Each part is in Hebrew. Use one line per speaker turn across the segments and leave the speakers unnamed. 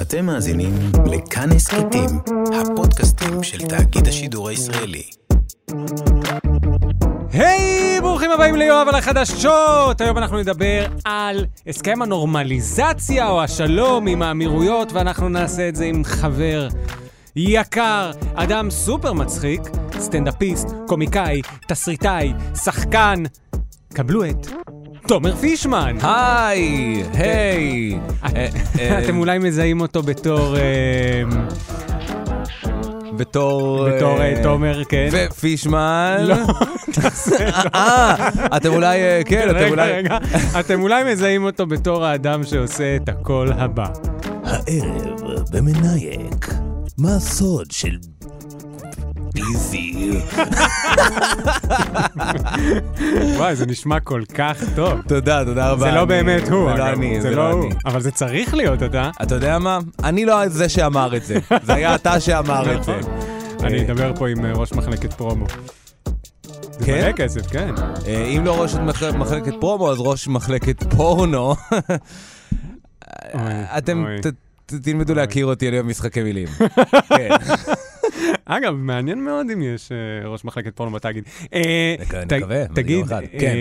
אתם מאזינים לכאן הסכתים, הפודקאסטים של תאגיד השידור הישראלי.
היי, ברוכים הבאים ליואב על החדשות! היום אנחנו נדבר על הסכם הנורמליזציה או השלום עם האמירויות, ואנחנו נעשה את זה עם חבר יקר, אדם סופר מצחיק, סטנדאפיסט, קומיקאי, תסריטאי, שחקן. קבלו את תומר פישמן.
היי, היי. אה, אה,
אתם אולי מזהים אותו בתור... אה,
בתור...
בתור, אה, תומר, לא. כן.
ופישמן. אה, אתם אולי... אה, כן, אתם
רגע,
אולי...
רגע. אתם אולי מזהים אותו בתור האדם שעושה את הקול הבא.
הערב במנייק, מה הסוד של ביזי?
וואי, זה נשמע כל כך טוב.
תודה, תודה רבה.
זה לא
אני-
באמת הוא,
זה לא
אגב.
אני,
זה לא הוא. אבל זה צריך להיות אתה.
אתה יודע מה? אני לא זה שאמר את זה. זה היה אתה שאמר את זה.
נכון. אני אדבר פה עם אה, ראש מחלקת פרומו. זה
כן?
מלא כסף, כן.
אה, אם לא ראש מח- מחלקת פרומו, אז ראש מחלקת פורנו. אתם
אוי.
ת- ת- תלמדו להכיר אותי, אני אוהב משחקי מילים. כן.
אגב, מעניין מאוד אם יש אה, ראש מחלקת פורנו בתאגיד. אה,
נקווה,
ת-
נקווה, אבל
תגיד,
יום אחד,
אה,
כן.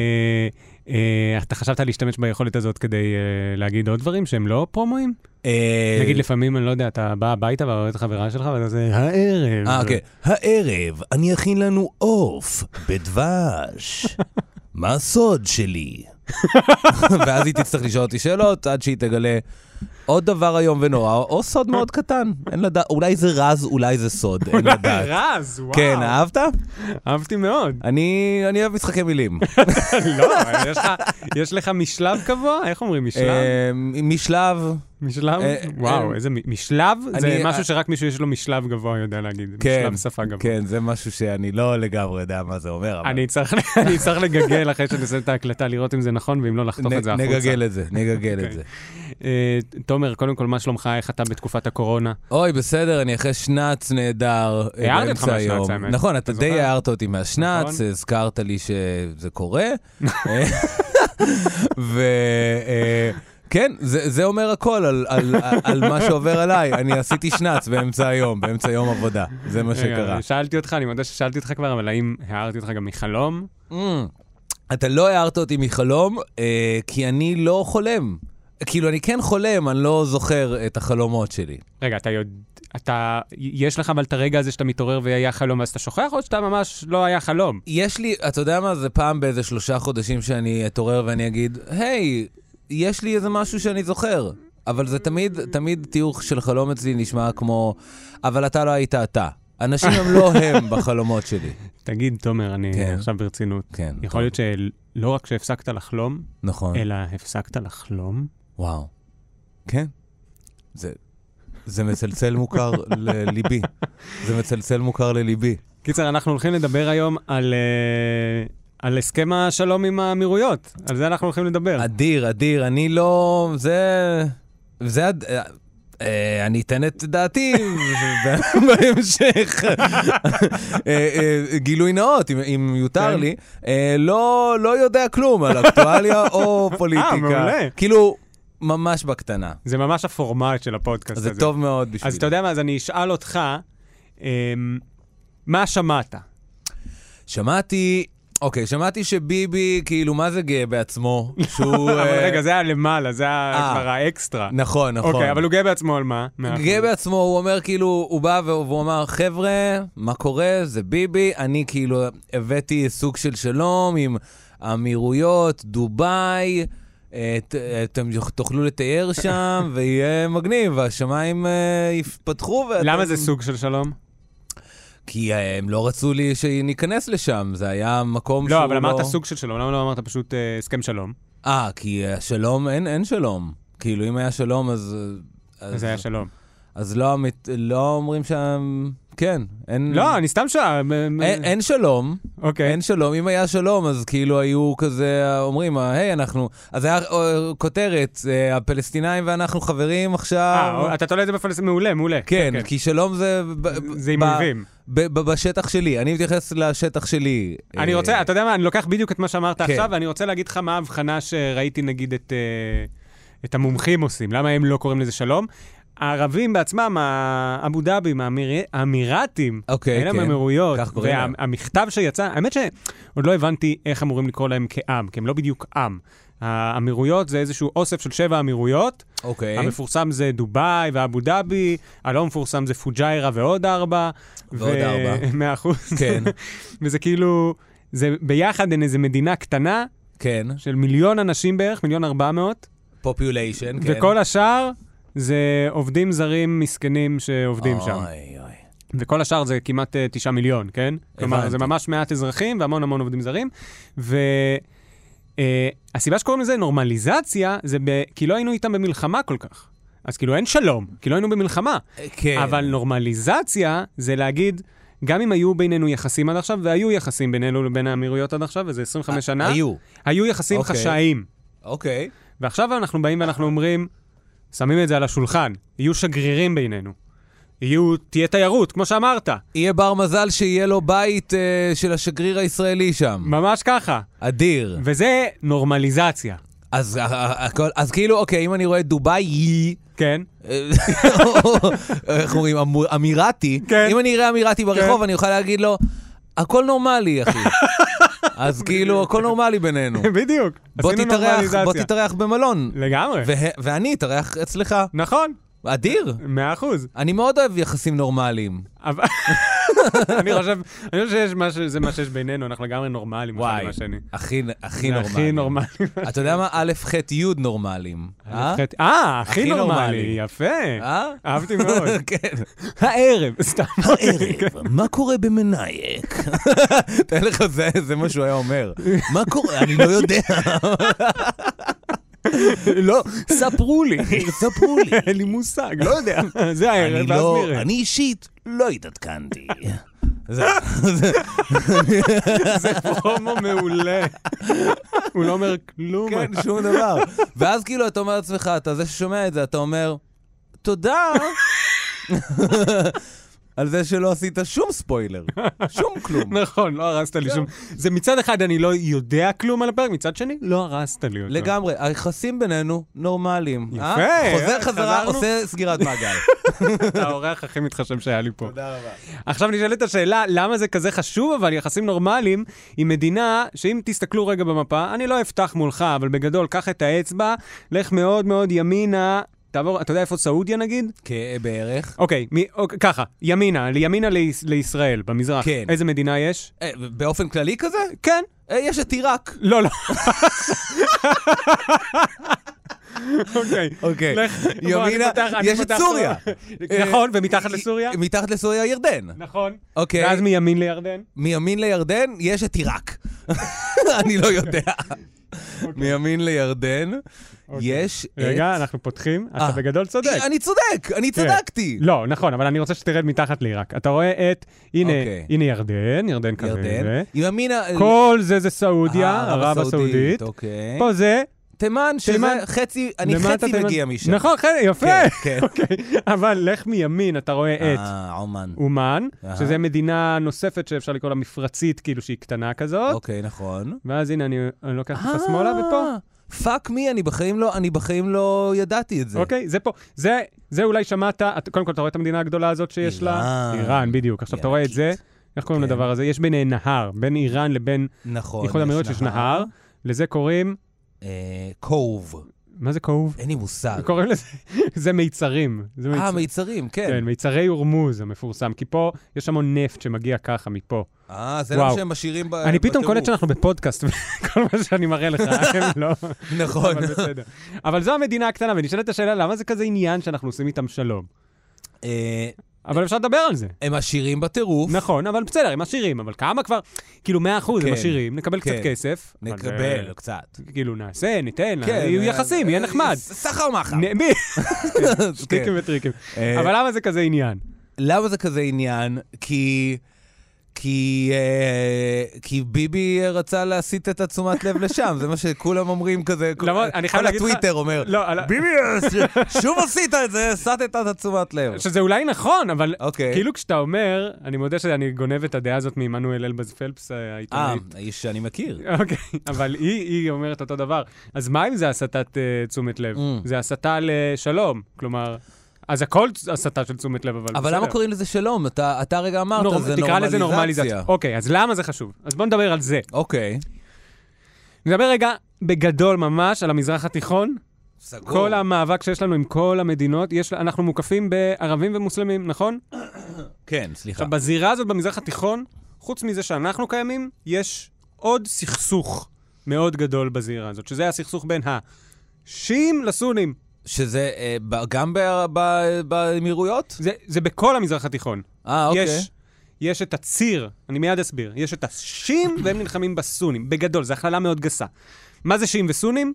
אה, אתה חשבת להשתמש ביכולת הזאת כדי אה, להגיד עוד דברים שהם לא פרומואים?
אה,
נגיד לפעמים, אני לא יודע, אתה בא הביתה ואוהב את החברה שלך ואתה עושה הערב.
אה, אוקיי.
הערב אני אכין לנו עוף בדבש. מה הסוד שלי?
ואז היא תצטרך לשאול אותי שאלות עד שהיא תגלה עוד דבר איום ונורא, או סוד מאוד קטן. אין לדעת, אולי זה רז, אולי זה סוד, אין לדעת.
רז, וואו.
כן, אהבת?
אהבתי מאוד.
אני אני אוהב משחקי מילים.
לא, יש לך- יש לך משלב קבוע? איך אומרים משלב?
אה, משלב,
משלב?
אה,
וואו,
אה,
איזה מ- משלב? זה
אני- אה,
משהו שרק מישהו יש לו משלב גבוה יודע להגיד.
כן.
משלב שפה גבוה.
כן, זה משהו שאני לא לגמרי יודע מה זה אומר. אבל-
אני צריך- אני צריך לגגל אחרי שנסיים את ההקלטה, לראות אם זה נכון, ואם לא, לחתוך
נ-
את זה החוצה.
נגגל את זה, נגגל את
אוקיי.
זה.
אה, תומר, קודם כל, מה שלומך? איך אתה בתקופת הקורונה?
אוי, בסדר, אני אחרי שנץ נהדר. אה,
הערתי
באמצע
אותך מהשנץ,
היום.
האמת.
נכון,
אתה
אתה די
זוכר?
הערת אותי מהשנץ,
נכון.
הזכרת לי שזה קורה. ו... אה, כן, זה, זה אומר הכל על, על, על מה שעובר עליי. אני עשיתי שנץ באמצע היום, באמצע יום עבודה. זה מה
רגע,
שקרה.
אה, שאלתי אותך, אני מודה ששאלתי אותך כבר, אבל האם הערתי אותך גם מחלום?
Mm. אתה לא הערת אותי מחלום, אה, כי אני לא חולם. כאילו, אני כן חולם, אני לא זוכר את החלומות שלי.
רגע, אתה יודע... אתה, יש לך אבל את הרגע הזה שאתה מתעורר והיה חלום ואז אתה שוכח, או שאתה ממש לא היה חלום?
יש לי, אתה יודע מה, זה פעם באיזה שלושה חודשים שאני אתעורר ואני אגיד, היי, יש לי איזה משהו שאני זוכר. אבל זה תמיד, תמיד תיוך של חלום אצלי נשמע כמו, אבל אתה לא היית אתה. אנשים הם לא הם בחלומות שלי.
תגיד, תומר, אני
כן.
עכשיו ברצינות.
כן,
יכול להיות שלא רק שהפסקת לחלום,
נכון.
אלא הפסקת לחלום?
וואו. כן. זה, זה מצלצל מוכר לליבי. זה מצלצל מוכר לליבי.
קיצר, אנחנו הולכים לדבר היום על, אה, על הסכם השלום עם האמירויות. על זה אנחנו הולכים לדבר.
אדיר, אדיר, אני לא... זה... זה... הד- אה, אה, אני אתן את דעתי ב- בהמשך. אה, אה, גילוי נאות, אם- אם יותר
כן.
לי. אה, לא לא יודע כלום על אקטואליה או פוליטיקה.
אה, מעולה.
כאילו, ממש בקטנה.
זה ממש הפורמט של הפודקאסט הזה.
זה טוב מאוד בשבילי.
אז אתה יודע מה, אז אני אשאל אותך, אה, מה שמעת?
אה. שמעתי... אוקיי, שמעתי שביבי, כאילו, מה זה גאה בעצמו? שהוא...
אבל
אה,
רגע, זה היה למעלה, זה היה
אה.
כבר האקסטרה.
נכון, נכון.
אוקיי, אבל הוא גאה בעצמו על מה?
גאה בעצמו, הוא אומר כאילו, הוא בא והוא והוא אמר, חבר'ה, מה קורה? זה ביבי. אני כאילו הבאתי סוג של שלום עם אמירויות, דובאי, אה, ת- אה, אתם יוכ- תוכלו לתייר שם, ויהיה מגניב, והשמיים אה, יפתחו. ואתם-
למה זה סוג של שלום?
כי אה, הם לא רצו לי שניכנס לשם, זה היה מקום שהוא
לא, אבל אמרת סוג של שלום, למה לא אמרת פשוט אה, הסכם שלום?
אה, כי אה, שלום, אין אין שלום. כאילו, אם היה שלום, אז... אה,
אז
אז-
זה היה שלום.
אז לא אמית- לא אומרים שם... כן, אין...
לא, אני סתם שם.
אין, אין שלום,
אוקיי.
אין שלום. אם היה שלום, אז כאילו היו כזה, אומרים, "אה, היי, אנחנו... אז היה אה, כותרת, אה, הפלסטינאים ואנחנו חברים עכשיו.
אה, אתה תולה את זה בפלסטין, מעולה, מעולה.
כן, כי שלום זה... ב- ב-
זה עם
ב-
אויבים.
ב- ב- בשטח שלי, אני מתייחס לשטח שלי.
אני
אה,
רוצה, אתה יודע מה, אני לוקח בדיוק את מה שאמרת
כן.
עכשיו, ואני רוצה להגיד לך מה ההבחנה שראיתי, נגיד, את, אה, את המומחים עושים, למה הם לא קוראים לזה שלום. הערבים בעצמם, ה- אבו דאבי, האמיר- האמירתים,
אוקיי,
אלה
כן.
מהאמירויות,
כך קוראים להם.
והמכתב שיצא, האמת שעוד לא הבנתי איך אמורים לקרוא להם כעם, כי הם לא בדיוק עם. האמירויות זה איזשהו אוסף של שבע אמירויות,
אוקיי.
המפורסם זה דובאי ואבו דאבי, הלא מפורסם זה פוג'יירה ועוד ארבע.
ועוד ארבע.
מאה אחוז.
כן.
וזה כאילו, זה ביחד אין איזו מדינה קטנה
כן.
של מיליון אנשים בערך, מיליון ארבע מאות,
פופוליישן, כן.
וכל השאר זה עובדים זרים מסכנים שעובדים שם.
אוי, אוי.
וכל השאר זה כמעט אה, תשעה מיליון, כן? כלומר,
הבנתי.
זה ממש מעט אזרחים והמון המון עובדים זרים. והסיבה שקוראים לזה נורמליזציה, זה ב... כי לא היינו איתם במלחמה כל כך. אז כאילו אין שלום, כי לא היינו במלחמה.
כן.
אבל נורמליזציה זה להגיד, גם אם היו בינינו יחסים עד עכשיו, והיו יחסים בינינו לבין האמירויות עד עכשיו, וזה 25 שנה,
אה, היו.
היו יחסים
אוקיי.
חשאיים.
אוקיי.
ועכשיו אנחנו באים ואנחנו אומרים, שמים את זה על השולחן, יהיו שגרירים בינינו. יהיו, תהיה תיירות, כמו שאמרת.
יהיה בר מזל שיהיה לו בית אה, של השגריר הישראלי שם.
ממש ככה.
כן. אדיר.
וזה נורמליזציה,
אז, ה- ה- הכל- אז כאילו, אוקיי, אם אני רואה דובאי,
כן?
אה, או, איך אומרים, אמור- אמירתי,
כן.
אם אני אראה אמירתי ברחוב,
כן.
אני אוכל להגיד לו, הכל נורמלי, אחי. אז כאילו, הכל נורמלי בינינו.
בדיוק.
בוא
כן. עשינו
תתארח, בוא
נורמליזציה.
תתארח במלון.
לגמרי.
וה- ואני אתארח אצלך.
נכון,
אדיר.
מאה אחוז.
אני מאוד אוהב יחסים נורמליים.
אבל- אני חושב, אני חושב שיש מה ש- זה מה שיש בינינו, אנחנו לגמרי נורמלים אחד עם השני.
הכי, הכי
זה
נורמלי.
הכי נורמלי.
אתה יודע מה? א', ח', י' נורמלים. אה?
חטא- אה, הכי
הכי
נורמלי,
נורמלי.
יפה.
אה? לא
אהבתי מאוד.
כן.
הערב, סתם.
הערב, מה קורה במנייק?
תאר לך, זה, זה מה שהוא היה אומר.
מה קורה? אני לא יודע,
לא, ספרו לי.
ספרו לי.
אין לי מושג, לא יודע. זה
אני
הערב, ואז
לא,
נראה.
אני אישית לא התעדכנתי.
זה פרומו מעולה. הוא לא אומר כלום.
כן, שום דבר. ואז כאילו, אתה אומר לעצמך, אתה זה ששומע את זה, אתה אומר, תודה על זה שלא עשית שום ספוילר, שום כלום.
נכון, לא הרסת לי שום... זה מצד אחד אני לא יודע כלום על הפרק, מצד שני, לא הרסת לי אותו.
לגמרי, היחסים בינינו נורמליים. יפה,
יפה,
חוזר
אה,
חזרה,
חזרנו.
עושה סגירת מעגל.
אתה האורח הכי מתחשב שהיה לי פה.
תודה רבה.
עכשיו נשאלת השאלה, למה זה כזה חשוב, אבל יחסים נורמליים עם מדינה שאם תסתכלו רגע במפה, אני לא אפתח מולך, אבל בגדול, קח את האצבע, לך מאוד מאוד ימינה, תעבור, אתה יודע איפה סעודיה נגיד?
בערך.
אוקיי, מי, אוקיי ככה, ימינה, ימינה ליש, לישראל, במזרח.
כן.
איזה מדינה יש?
אה, באופן כללי כזה?
כן.
אה, יש את עיראק.
לא, לא. אוקיי.
אוקיי.
לך, בוא, אני
ימינה,
פותח- אני
יש את
פותח-
סוריה.
נכון, ומתחת לסוריה?
אה, מתחת לסוריה ירדן.
נכון.
אוקיי.
ואז מימין לירדן?
מימין לירדן יש את עיראק. אני לא יודע. מימין לירדן יש את...
אוקיי. רגע, אנחנו פותחים, אתה
אה.
בגדול צודק.
אני צודק, אני
כן.
צדקתי.
לא, נכון, אבל אני רוצה שתרד מתחת לעיראק. אתה רואה את, הנה,
אוקיי.
הנה ירדן, ירדן לא כזה.
ירדן.
זה.
ימינה...
כל זה זה סעודיה,
אה,
ערב הסעודית.
אוקיי.
פה זה,
תימן, שזה
תימן.
חצי, אני
למטה
חצי
תימן-
מגיע משם.
נכון, חצי, יפה.
כן, כן.
אוקיי, אבל לך מימין, אתה רואה את
אה, עומן.
אומן,
אהה.
שזה מדינה נוספת שאפשר לקרוא לה מפרצית, כאילו שהיא קטנה כזאת.
אוקיי, נכון.
ואז הנה, אני אני לוקח אותך
אה,
שמאלה ופה.
פאק מי, אני בחיים לא, אני בחיים לא ידעתי את זה.
אוקיי, זה פה. זה, זה אולי שמעת, את, קודם כל, אתה רואה את המדינה הגדולה הזאת שיש לה?
איראן.
איראן, בדיוק. עכשיו, אתה רואה את זה, איך קוראים
כן.
לדבר הזה? יש ביניהם נהר, בין איראן לבין
נכון.
איחוד האמירויות שיש נהר, לזה קוראים,
אה, קוב.
מה זה כאוב?
אין לי מושג.
קוראים לזה, זה מיצרים. זה
אה,
מיצרים.
מיצרים, כן.
כן, מיצרי הורמוז המפורסם, כי פה יש המון נפט שמגיע ככה מפה.
אה, זה מה
וואו.
שהם משאירים ב- אה, בטירוף.
אני פתאום קולט שאנחנו בפודקאסט, וכל מה שאני מראה לך, הם לא...
נכון.
אבל בסדר. אבל זו המדינה הקטנה, ונשאלת השאלה, למה זה כזה עניין שאנחנו עושים איתם שלום?
אה,
אבל אפשר לדבר על זה.
הם עשירים בטירוף.
נכון, אבל בסדר, הם עשירים, אבל כמה כבר? כאילו, 100 אחוז הם
כן,
עשירים, נקבל קצת
כן.
כסף. אבל,
נקבל קצת.
אה, כאילו, נעשה, ניתן,
כן,
יהיו
אה,
יחסים, יהיה
אה,
נחמד.
ס- סחר מחר.
נ- מי? שטיקים
כן.
וטריקים.
אה,
אבל למה זה כזה עניין?
למה זה כזה עניין? כי... כי, אה, כי ביבי רצה להסיט את התשומת לב לשם, זה מה שכולם אומרים כזה, כל-
למרות- אני חייב
כל
להגיד לך-
הטוויטר אומר,
לא, על ה-
ביבי, שוב עשית את זה, הסטת את התשומת לב.
שזה אולי נכון, אבל
אוקיי.
כאילו כשאתה אומר, אני מודה שאני גונב את הדעה הזאת מעמנואל אלבז פלפס אה,
אה,
העיתונאית.
האיש שאני מכיר.
אוקיי, אבל היא, היא אומרת אותו דבר. אז מה אם זה הסטת אה, תשומת לב?
Mm.
זה הסטה לשלום, כלומר, אז הכל הסתה של תשומת לב, אבל בסדר.
אבל למה קוראים לזה שלום? אתה אתה הרגע אמרת, זה
נור-
נורמליזציה.
תקרא לזה נורמליזציה. אוקיי, אז למה זה חשוב? אז בואו נדבר על זה.
אוקיי.
נדבר רגע בגדול ממש על המזרח התיכון.
סגור.
כל המאבק שיש לנו עם כל המדינות, יש, אנחנו מוקפים בערבים ומוסלמים, נכון?
כן, סליחה.
עכשיו, בזירה הזאת במזרח התיכון, חוץ מזה שאנחנו קיימים, יש עוד סכסוך מאוד גדול בזירה הזאת, שזה הסכסוך בין השיעים לסונים.
שזה אה, ב- גם ב- ב- באמירויות?
זה, זה בכל המזרח התיכון.
אה, אוקיי.
יש, יש את הציר, אני מיד אסביר, יש את השיעים והם נלחמים בסונים, בגדול, זו הכללה מאוד גסה. מה זה שיעים וסונים?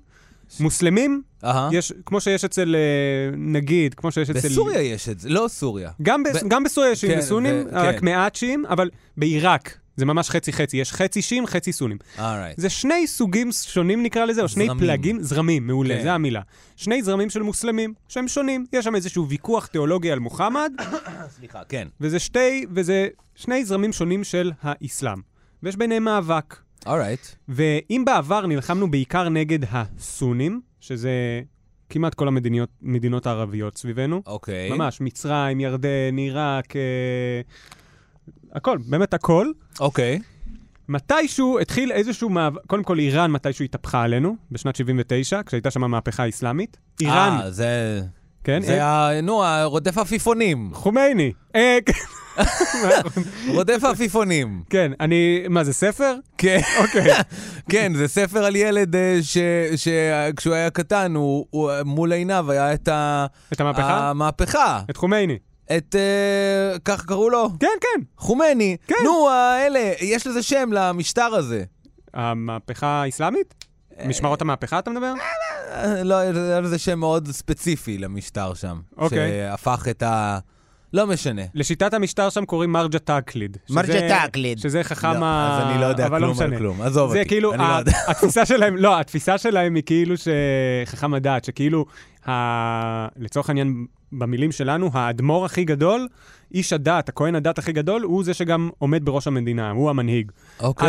מוסלמים,
אהה.
יש, כמו שיש אצל, אה, נגיד, כמו שיש אצל...
אה? בסוריה יש את זה, לא סוריה.
גם, ב...
ב-
גם בסוריה יש שיעים
כן,
וסונים,
ו-
רק
כן.
מעט שיעים, אבל בעיראק זה ממש חצי-חצי, יש חצי שיעים, חצי סונים.
אורייט.
זה שני סוגים שונים נקרא לזה, או שני
זרמים.
פלגים, זרמים, מעולה,
כן.
זו המילה. שני זרמים של מוסלמים, שהם שונים. יש שם איזשהו ויכוח תיאולוגי על מוחמד,
סליחה, כן.
וזה שתי, וזה שני זרמים שונים של האסלאם. ויש ביניהם מאבק.
אורייט.
ואם בעבר נלחמנו בעיקר נגד הסונים, שזה כמעט כל המדינות מדינות הערביות סביבנו,
אוקיי.
ממש, מצרים, ירדן, עיראק, אה, הכל, באמת הכל.
אוקיי.
מתישהו התחיל איזשהו מאבק, קודם כל איראן מתישהו התהפכה עלינו, בשנת 79, כשהייתה שם המהפכה האסלאמית. איראן,
אה, זה...
כן?
זה
אה,
ה... נו, רודף עפיפונים.
חומייני. אה, כן.
רודף עפיפונים.
כן, אני, מה זה ספר?
כן.
אוקיי.
כן, זה ספר על ילד אה, ש- שכשהוא היה קטן, הוא הוא, אה, מול עיניו היה את ה-
את המהפכה?
אה, המהפכה.
את חומייני.
את... אה, כך קראו לו?
כן, כן.
חומני.
כן.
נו, האלה, יש לזה שם למשטר הזה.
המהפכה האסלאמית? משמרות המהפכה אתה מדבר?
אה, לא, היה לזה שם מאוד ספציפי למשטר שם.
אוקיי.
שהפך את ה... לא משנה.
לשיטת המשטר שם קוראים מרג'ה טאקליד. שזה-
מרג'ה טאקליד.
שזה חכם
לא,
ה...
אז אני לא יודע
אבל
כלום על
משנה.
כלום. עזוב
זה
אותי,
כאילו,
אני לא
ה-
יודע.
התפיסה שלהם, לא, התפיסה שלהם היא כאילו ש... חכם הדעת, שכאילו, ה... לצורך העניין, במילים שלנו, האדמו"ר הכי גדול, איש הדת, הכהן הדת הכי גדול, הוא זה שגם עומד בראש המדינה, הוא המנהיג.
אוקיי.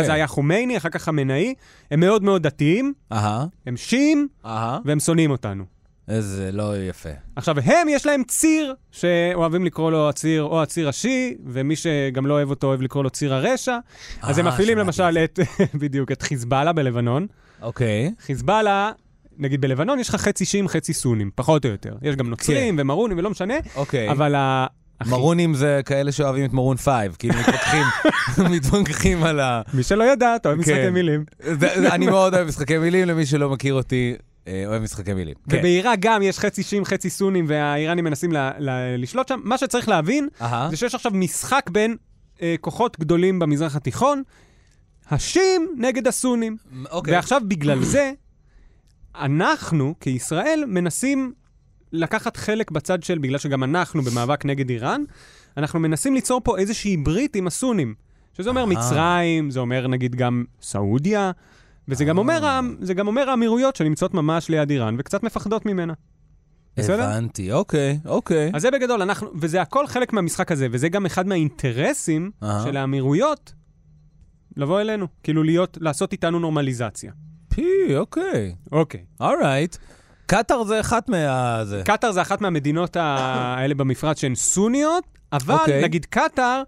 אז היה חומייני, אחר כך חמינאי, הם מאוד מאוד דתיים,
אהה,
הם שיעים,
אהה.
והם שונאים אותנו.
איזה לא יפה.
עכשיו, הם, יש להם ציר, שאוהבים לקרוא לו הציר או הציר השיעי, ומי שגם לא אוהב אותו אוהב לקרוא לו ציר הרשע. אז הם
אה,
מפעילים
שמעתי
למשל את, בדיוק, את חיזבאללה בלבנון.
אוקיי.
חיזבאללה, נגיד בלבנון יש לך חצי שיעים, חצי סונים, פחות או יותר. יש גם
כן.
נוצרים ומרונים ולא משנה,
אוקיי.
אבל ה... הכי-
מרונים זה כאלה שאוהבים את מרון 5, כאילו מתווכחים, מתווכחים על ה...
מי שלא ידע, אתה אוהב משחקי
כן.
מילים.
זה- זה- אני מאוד אוהב משחקי מילים, למי שלא מכיר אותי, אה, אוהב משחקי מילים. כן.
ובעיראק גם יש חצי שיעים, חצי סונים, והאיראנים מנסים ל- ל- לשלוט שם. מה שצריך להבין,
אהה,
זה שיש עכשיו משחק בין אה, כוחות גדולים במזרח התיכון, השיעים נגד הסונים.
אוקיי.
ועכשיו בגלל זה, אנחנו כישראל מנסים לקחת חלק בצד של, בגלל שגם אנחנו במאבק נגד איראן, אנחנו מנסים ליצור פה איזושהי ברית עם הסונים. שזה אומר מצרים, זה אומר נגיד גם סעודיה, וזה גם אומר, ה- זה גם אומר האמירויות שנמצאות ממש ליד איראן וקצת מפחדות ממנה. בסדר?
הבנתי, אוקיי, אוקיי.
אז זה בגדול, אנחנו, וזה הכל חלק מהמשחק הזה, וזה גם אחד מהאינטרסים
אהה.
של האמירויות לבוא אלינו, כאילו להיות, לעשות איתנו נורמליזציה.
פי, אוקיי.
אוקיי.
אורייט. קטאר זה אחת מה... זה.
קטאר זה אחת מהמדינות ה- האלה במפרץ שהן סוניות, אבל
אוקיי.
נגיד קטאר,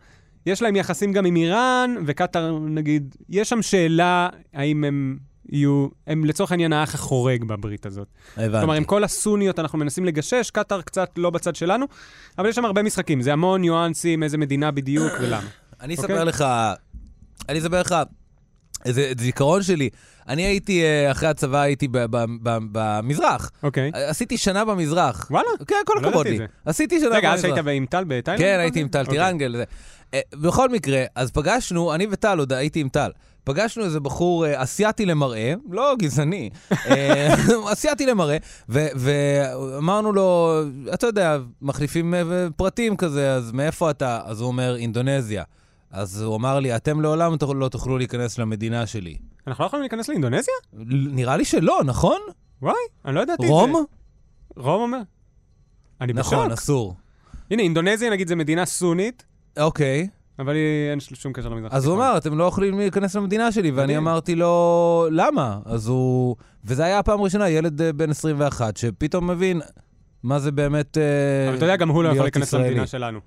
יש להם יחסים גם עם איראן, וקטאר, נגיד, יש שם שאלה האם הם יהיו, הם לצורך העניין האח החורג בברית הזאת. כלומר, עם
הבנתי.
כל הסוניות אנחנו מנסים לגשש, קטאר קצת לא בצד שלנו, אבל יש שם הרבה משחקים, זה המון ניואנסים, איזה מדינה בדיוק ולמה.
אני
אוקיי.
אספר לך... אני אספר לך איזה את זיכרון שלי. אני הייתי, אה, אחרי הצבא הייתי ב- ב- ב- במזרח.
אוקיי.
עשיתי שנה במזרח.
וואלה.
כן, כל
לא
הכבוד
ידעתי
לי.
את
עשיתי שנה במזרח.
רגע, אז שהיית עם טל בתאילנד? אוקיי.
כן, הייתי עם טל טירנגל. זה. אה, בכל מקרה, אז פגשנו, אני וטל, עוד הייתי עם טל. פגשנו איזה בחור אה, אסיאתי למראה, לא גזעני, אה, אסיאתי למראה, ו- ואמרנו לו, אתה יודע, מחליפים אה, ו- פרטים כזה, אז מאיפה אתה? אז הוא אומר, אינדונזיה. אז הוא אמר לי, אתם לעולם תוכלו- לא תוכלו להיכנס למדינה שלי.
אנחנו לא יכולים להיכנס לאינדונזיה?
ל- נראה לי שלא, נכון?
וואי, אני לא ידעתי את זה.
רום?
רום אומר. אני בשוק.
נכון, אסור.
הנה, אינדונזיה נגיד זה מדינה סונית,
אוקיי.
אבל היא- אין שום קשר למזרח.
אז הוא
התיכון.
אמר, אתם לא יכולים להיכנס למדינה שלי, ואני
מדהים.
אמרתי לו, למה? אז הוא... וזה היה הפעם הראשונה, ילד אה, בן 21, שפתאום מבין, מה זה באמת... אה,
אבל אתה יודע, גם הוא לא יכול
להיות
להיכנס
ישראלי.
למדינה שלנו.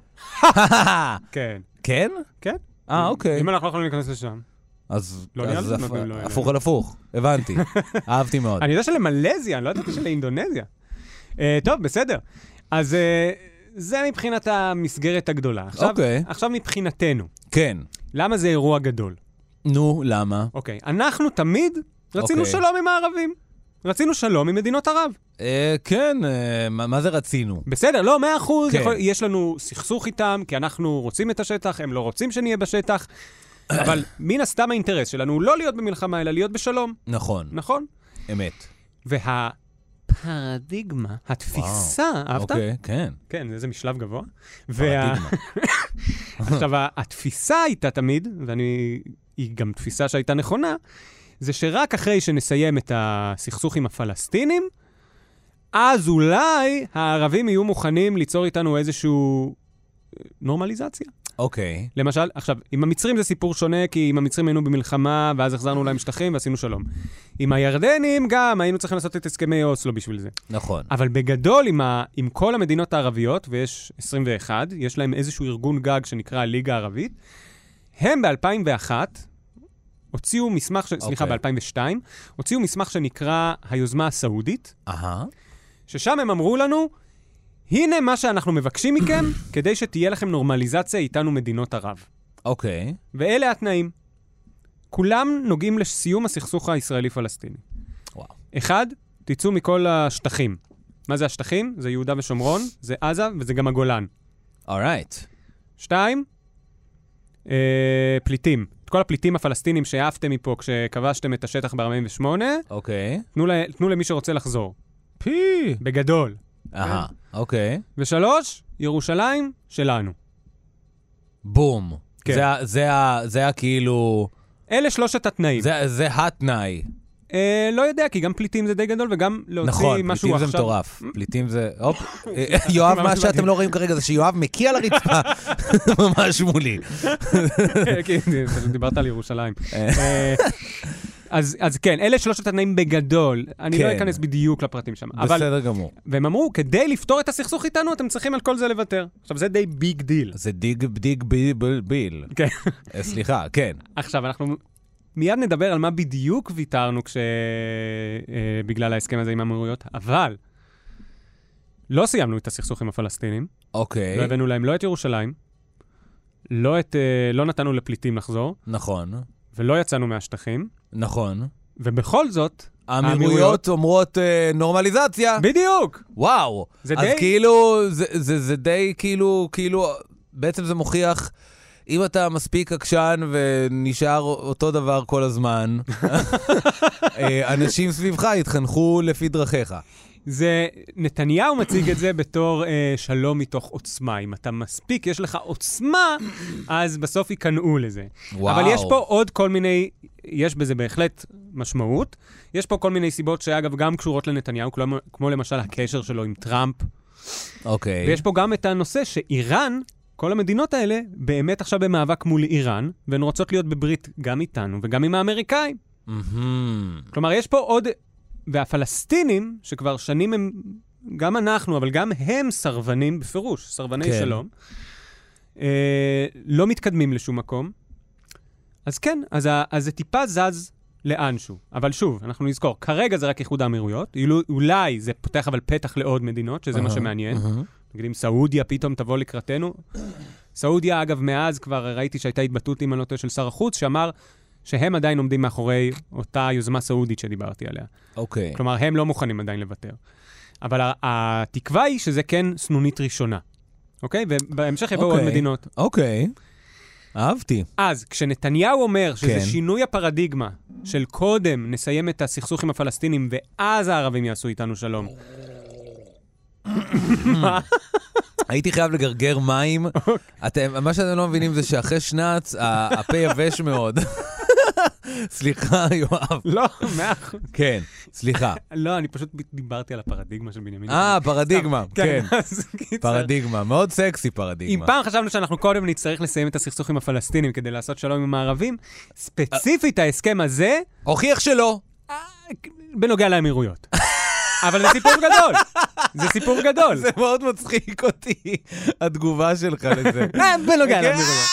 כן.
כן?
כן.
אה, אוקיי.
אם אנחנו לא יכולים להיכנס לשם.
אז
לא נראה
אז
לי
הפ-
נותנים לו אלה.
הפוך על הפוך, הבנתי. אהבתי מאוד.
אני יודע שלמלזיה, אני לא ידעתי שלאינדונזיה. אה, טוב, בסדר. אז אה, זה מבחינת המסגרת הגדולה. עכשיו-
אוקיי.
עכשיו מבחינתנו,
כן.
למה זה אירוע גדול?
נו, למה?
אוקיי, אנחנו תמיד רצינו
אוקיי.
שלום עם הערבים. רצינו שלום עם מדינות ערב.
אה, כן, אה, מה מה זה רצינו?
בסדר, לא, מאה אחוז,
כן.
יכול- יש לנו סכסוך איתם, כי אנחנו רוצים את השטח, הם לא רוצים שנהיה בשטח, אבל מן הסתם האינטרס שלנו הוא לא להיות במלחמה, אלא להיות בשלום,
נכון,
נכון?
אמת.
והפרדיגמה, התפיסה, אהבת?
אוקיי, כן.
כן, איזה משלב גבוה. וה-
פרדיגמה.
עכשיו, ה- התפיסה הייתה תמיד, ואני... היא גם תפיסה שהייתה נכונה, זה שרק אחרי שנסיים את הסכסוך עם הפלסטינים, אז אולי הערבים יהיו מוכנים ליצור איתנו איזשהו אה, נורמליזציה.
אוקיי.
למשל, עכשיו, עם המצרים זה סיפור שונה, כי עם המצרים היינו במלחמה, ואז החזרנו להם שטחים ועשינו שלום. עם הירדנים גם, היינו צריכים לעשות את הסכמי אוסלו בשביל זה.
נכון.
אבל בגדול, עם, ה, עם כל המדינות הערביות, ויש 21, יש להם איזשהו ארגון גג שנקרא הליגה הערבית, הם ב-2001 הוציאו מסמך, ש... okay. סליחה,
אוקיי.
ב-2002, הוציאו מסמך שנקרא היוזמה הסעודית,
אהה.
ששם הם אמרו לנו, הנה מה שאנחנו מבקשים מכם, כדי שתהיה לכם נורמליזציה איתנו מדינות ערב.
אוקיי.
ואלה התנאים. כולם נוגעים לסיום הסכסוך הישראלי-פלסטיני.
וואו.
אחד, תצאו מכל השטחים. מה זה השטחים? זה יהודה ושומרון, זה עזה וזה גם הגולן.
אורייט.
שתיים, אה, פליטים. את כל הפליטים הפלסטינים שהעפתם מפה כשכבשתם את השטח ב-48,
אוקיי.
תנו, ל- תנו למי שרוצה לחזור.
פי.
בגדול.
אהה. אוקיי.
ושלוש, ירושלים שלנו.
בום.
כן.
זה ה- זה ה- זה היה כאילו...
אלה שלושת התנאים.
זה- זה התנאי.
אה, לא יודע, כי גם פליטים זה די גדול וגם להוציא
נכון,
משהו
פליטים זה
עכשיו... Mm?
מטורף. פליטים זה... הופ. אה, יואב, מה שאתם לא רואים כרגע זה שיואב מקיא על הרצפה ממש מולי.
כן, פשוט דיברת על ירושלים. אה, אז, אז כן, אלה שלושת התנאים בגדול. אני לא
כן.
אכנס בדיוק לפרטים שם. אבל,
בסדר גמור.
והם אמרו, כדי לפתור את הסכסוך איתנו, אתם צריכים על כל זה לוותר. עכשיו, זה די ביג דיל.
זה דיג דיג ביל ביל ביל.
כן.
אה, סליחה, כן.
עכשיו, אנחנו מיד נדבר על מה בדיוק ויתרנו כש... אה, בגלל ההסכם הזה עם האמירויות, אבל לא סיימנו את הסכסוך עם הפלסטינים.
אוקיי.
לא הבאנו להם לא את ירושלים, לא, את, אה, לא נתנו לפליטים לחזור,
נכון.
ולא יצאנו מהשטחים,
נכון.
ובכל זאת,
האמירויות
האמירויות.
אומרות אה, נורמליזציה.
בדיוק!
וואו.
זה
אז
די-
כאילו, זה- זה זה די כאילו, כאילו, בעצם זה מוכיח, אם אתה מספיק עקשן ונשאר אותו דבר כל הזמן, אה, אנשים סביבך יתחנכו לפי דרכיך.
זה, נתניהו מציג את זה בתור אה, שלום מתוך עוצמה. אם אתה מספיק, יש לך עוצמה, אז בסוף ייכנעו לזה.
וואו.
אבל יש פה עוד כל מיני, יש בזה בהחלט משמעות. יש פה כל מיני סיבות שאגב גם קשורות לנתניהו, כמו, כמו למשל הקשר שלו עם טראמפ.
אוקיי.
ויש פה גם את הנושא שאיראן, כל המדינות האלה, באמת עכשיו במאבק מול איראן, והן רוצות להיות בברית גם איתנו וגם עם האמריקאים.
מהמם.
כלומר, יש פה עוד... והפלסטינים, שכבר שנים הם... גם אנחנו, אבל גם הם סרבנים בפירוש, סרבני
כן.
כן. שלום, אה, לא מתקדמים לשום מקום. אז כן, אז, ה, אז זה טיפה זז לאנשהו. אבל שוב, אנחנו נזכור, כרגע זה רק איחוד האמירויות, אילו- אולי זה פותח אבל פתח לעוד מדינות, שזה מה
אהה,
שמעניין.
מהמם.
נגיד אם סעודיה פתאום תבוא לקראתנו. סעודיה, אגב, מאז כבר ראיתי שהייתה התבטאות, אם אני לא טועה, של שר החוץ, שאמר שהם עדיין עומדים מאחורי אותה יוזמה סעודית שדיברתי עליה.
אוקיי.
כלומר, הם לא מוכנים עדיין לוותר. אבל ה- התקווה היא שזה כן סנונית ראשונה, אוקיי? ובהמשך יבואו עוד
אוקיי.
מדינות.
אוקיי. אהבתי.
אז כשנתניהו אומר שזה
כן.
שינוי הפרדיגמה של קודם נסיים את הסכסוך עם הפלסטינים ואז הערבים יעשו איתנו שלום,
הייתי חייב לגרגר מים.
אוקיי.
אתם, מה שאתם לא מבינים זה שאחרי שנץ, ה- הפה יבש מאוד. סליחה, יואב.
לא, מאה אחוז.
כן, סליחה.
לא, אני פשוט דיברתי על הפרדיגמה של בנימין.
אה, פרדיגמה, כן.
אז קיצר.
פרדיגמה, מאוד סקסי
אם
פרדיגמה.
פעם חשבנו שאנחנו קודם נצטרך לסיים את הסכסוך עם הפלסטינים כדי לעשות שלום עם הערבים, ספציפית ההסכם הזה,
הוכיח שלא.
בנוגע לאמירויות. אבל זה סיפור גדול. זה סיפור גדול.
זה מאוד מצחיק אותי, התגובה שלך לזה.
אה, בנוגע
כן.
לאמירויות.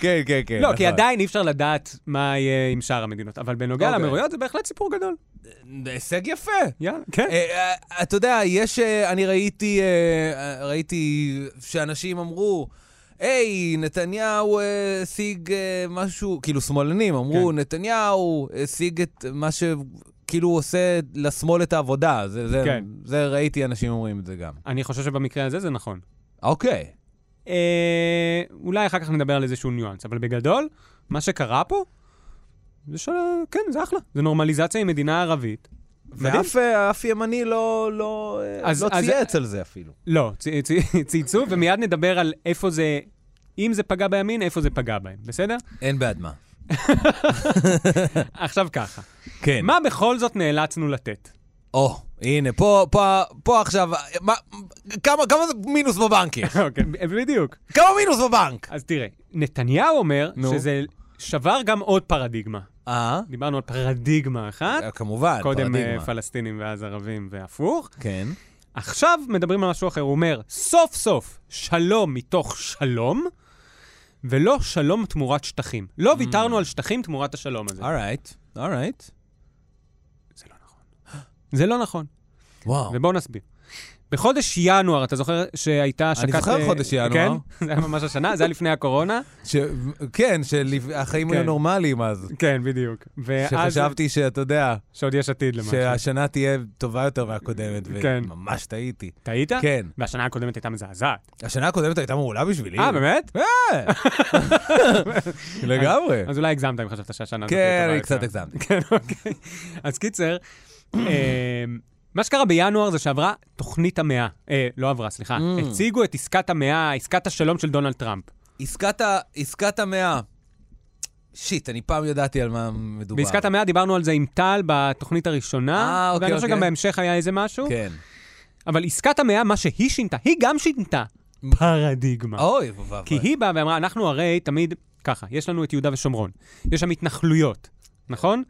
כן, כן, כן.
לא, כי
נכון.
עדיין אי אפשר לדעת מה יהיה עם שאר המדינות, אבל בנוגע
אוקיי.
לאמירויות זה בהחלט סיפור גדול.
זה הישג יפה.
יאללה, כן.
אה, אה, אתה יודע, יש... אה, אני ראיתי אה, ראיתי שאנשים אמרו, היי, נתניהו אה, השיג אה, משהו, כאילו שמאלנים אמרו,
כן.
נתניהו השיג את מה ש... כאילו הוא עושה לשמאל את העבודה. זה, זה,
כן.
זה ראיתי אנשים אומרים את זה גם.
אני חושב שבמקרה הזה זה נכון.
אוקיי.
אה, אולי אחר כך נדבר על איזשהו ניואנס, אבל בגדול, מה שקרה פה, זה ש... כן, זה אחלה. זה נורמליזציה עם מדינה ערבית. מדהים.
ואף אה, אף ימני לא, לא, אה,
אז-
לא
אז-
צייץ על זה אפילו.
לא, צ- צ- צייצו, ומיד נדבר על איפה זה... אם זה פגע בימין, איפה זה פגע בהם, בסדר?
אין בעד מה.
עכשיו ככה.
כן.
מה בכל זאת נאלצנו לתת?
או, הנה, פה, פה, פה עכשיו, מה, כמה, כמה זה מינוס בבנק יש?
אוקיי, בדיוק.
כמה מינוס בבנק?
אז תראה, נתניהו אומר
נו.
שזה שבר גם עוד פרדיגמה.
אה,
דיברנו על פרדיגמה אחת,
כמובן,
קודם אה,
פרדיגמה.
פלסטינים ואז ערבים והפוך.
כן.
עכשיו מדברים על משהו אחר, הוא אומר, סוף סוף שלום מתוך שלום, ולא שלום תמורת שטחים. לא
Mm.
ויתרנו על שטחים תמורת השלום הזה.
אורייט, אורייט.
זה לא נכון. זה לא נכון,
וואו.
ובואו נסביר. בחודש ינואר, אתה זוכר שהייתה השקת...
זוכר
אה,
חודש ינואר.
כן, זה היה ממש השנה, זה היה לפני הקורונה.
ש... כן, שהחיים היו
כן.
נורמליים אז.
כן, בדיוק. ואז-
שחשבתי שאתה יודע,
שעוד יש עתיד למשהו.
שהשנה תהיה טובה יותר מהקודמת,
כן.
וממש טעיתי.
טעית?
כן.
והשנה הקודמת הייתה מזעזעת.
השנה הקודמת הייתה מעולה בשבילי.
אה, באמת?
אה. לגמרי.
אז אולי הגזמת אם חשבת שהשנה הזאת תהיה
כן,
טובה
אני קצת
יותר.
הגזמתי.
כן, אוקיי. אז קיצר, אה, מה שקרה בינואר זה שעברה תוכנית המאה. אה, לא עברה, סליחה.
Mm.
הציגו את עסקת המאה, עסקת השלום של דונלד טראמפ.
עסקת ה- עסקת המאה. שיט, אני פעם ידעתי על מה מדובר.
בעסקת המאה דיברנו על זה עם טל בתוכנית הראשונה,
אה, אוקיי,
ואני חושב
אוקיי.
שגם בהמשך היה איזה משהו.
כן.
אבל עסקת המאה, מה שהיא שינתה, היא גם שינתה. פרדיגמה.
אוי, ואבוי.
כי היא באה ואמרה, אנחנו הרי תמיד ככה, יש לנו את יהודה ושומרון, יש שם התנחלויות, נכון?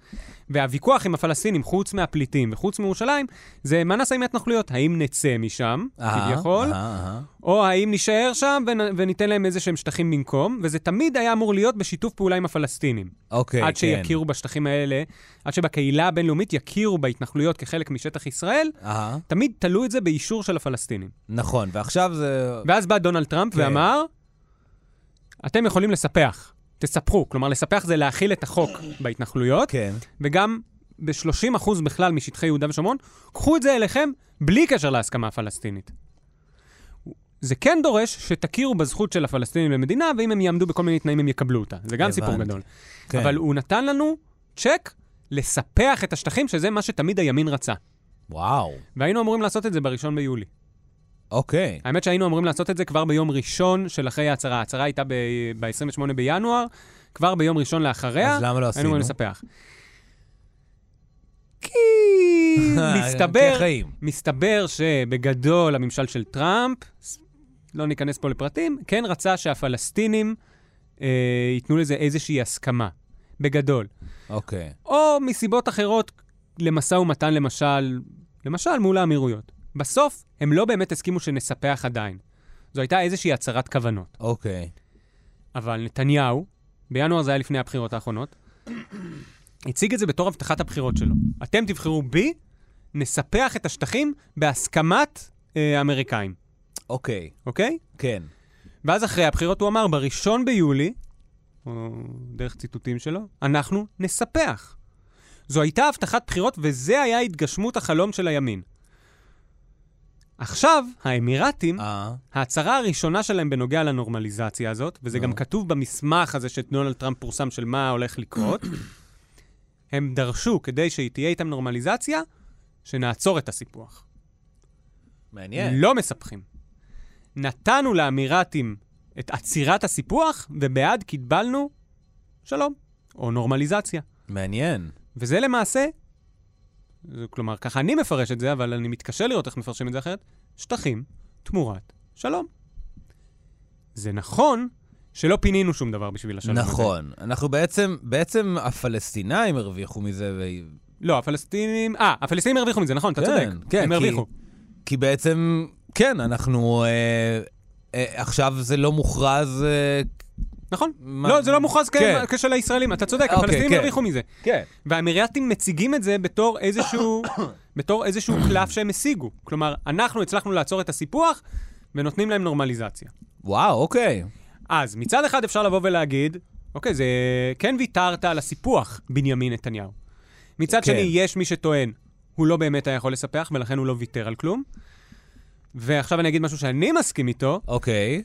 והוויכוח עם הפלסטינים, חוץ מהפליטים וחוץ מירושלים, זה מה נעשה עם ההתנחלויות? האם נצא משם,
אהה,
כביכול,
אהה, אהה.
או האם נישאר שם ונ- וניתן להם איזה שהם שטחים במקום, וזה תמיד היה אמור להיות בשיתוף פעולה עם הפלסטינים.
אוקיי,
עד
כן.
שיכירו בשטחים האלה, עד שבקהילה הבינלאומית יכירו בהתנחלויות כחלק משטח ישראל,
אהה,
תמיד תלו את זה באישור של הפלסטינים.
נכון, ועכשיו זה...
ואז בא דונלד טראמפ
כן.
ואמר, אתם יכולים לספח, תספחו. כלומר, לספח זה להכיל את החוק בהתנחלויות,
כן.
וגם ב-30% בכלל משטחי יהודה ושומרון, קחו את זה אליכם בלי קשר להסכמה הפלסטינית. זה כן דורש שתכירו בזכות של הפלסטינים למדינה, ואם הם יעמדו בכל מיני תנאים הם יקבלו אותה. זה גם סיפור
הבנתי.
גדול.
כן.
אבל הוא נתן לנו צ'ק לספח את השטחים, שזה מה שתמיד הימין רצה.
וואו,
והיינו אמורים לעשות את זה בראשון ביולי.
אוקיי.
האמת שהיינו אמורים לעשות את זה כבר ביום ראשון של אחרי ההצהרה. ההצהרה הייתה ב-28 בינואר, כבר ביום ראשון לאחריה,
אז למה לא
היינו
עשינו?
אמורים לספח. כי
כי
מסתבר,
החיים.
מסתבר שבגדול הממשל של טראמפ, ס- לא ניכנס פה לפרטים, כן רצה שהפלסטינים אה, ייתנו לזה איזושהי הסכמה. בגדול.
אוקיי.
או מסיבות אחרות למשא ומתן, למשל, למשל מול האמירויות. בסוף, הם לא באמת הסכימו שנספח עדיין. זו הייתה איזושהי הצהרת כוונות.
אוקיי.
אבל נתניהו, בינואר זה היה לפני הבחירות האחרונות, הציג את זה בתור הבטחת הבחירות שלו. אתם תבחרו בי, נספח את השטחים בהסכמת אה, האמריקאים,
אוקיי.
אוקיי?
כן.
ואז אחרי הבחירות הוא אמר, בראשון ביולי, או דרך ציטוטים שלו, אנחנו נספח. זו הייתה הבטחת בחירות, וזה היה התגשמות החלום של הימין. עכשיו, האמירתים,
אה,
ההצהרה הראשונה שלהם בנוגע לנורמליזציה הזאת, וזה גם
נו.
כתוב במסמך הזה שדונלד טראמפ פורסם של מה הולך לקרות, הם דרשו, כדי שתהיה איתם נורמליזציה, שנעצור את הסיפוח.
מעניין.
לא מספחים. נתנו לאמירתים את עצירת הסיפוח, ובעד קיבלנו שלום, או נורמליזציה.
מעניין.
וזה למעשה, זה- כלומר, ככה אני מפרש את זה, אבל אני מתקשה לראות איך מפרשים את זה אחרת, שטחים תמורת שלום. זה נכון שלא פינינו שום דבר בשביל השלום הזה.
נכון. אנחנו בעצם, בעצם הפלסטינאים הרוויחו מזה, ו-
לא, הפלסטינים... אה, הפלסטינים הרוויחו מזה, נכון, אתה
כן,
צודק.
כן,
הם
כי-
הרוויחו.
כי בעצם, כן, אנחנו... אה, אה, עכשיו זה לא מוכרז... אה,
נכון.
מה-
לא, זה לא מוכרז כ-
כן.
כשל הישראלים, אתה צודק,
אוקיי,
הפלסטינים
כן.
הרוויחו מזה.
כן.
והאמירתים מציגים את זה בתור איזשהו, בתור איזשהו קלף שהם השיגו. כלומר, אנחנו הצלחנו לעצור את הסיפוח ונותנים להם נורמליזציה.
וואו, אוקיי.
אז מצד אחד אפשר לבוא ולהגיד, אוקיי, זה... כן ויתרת על הסיפוח, בנימין נתניהו. מצד
כן.
שני, יש מי שטוען, הוא לא באמת היה יכול לספח, ולכן הוא לא ויתר על כלום. ועכשיו אני אגיד משהו שאני מסכים איתו.
אוקיי.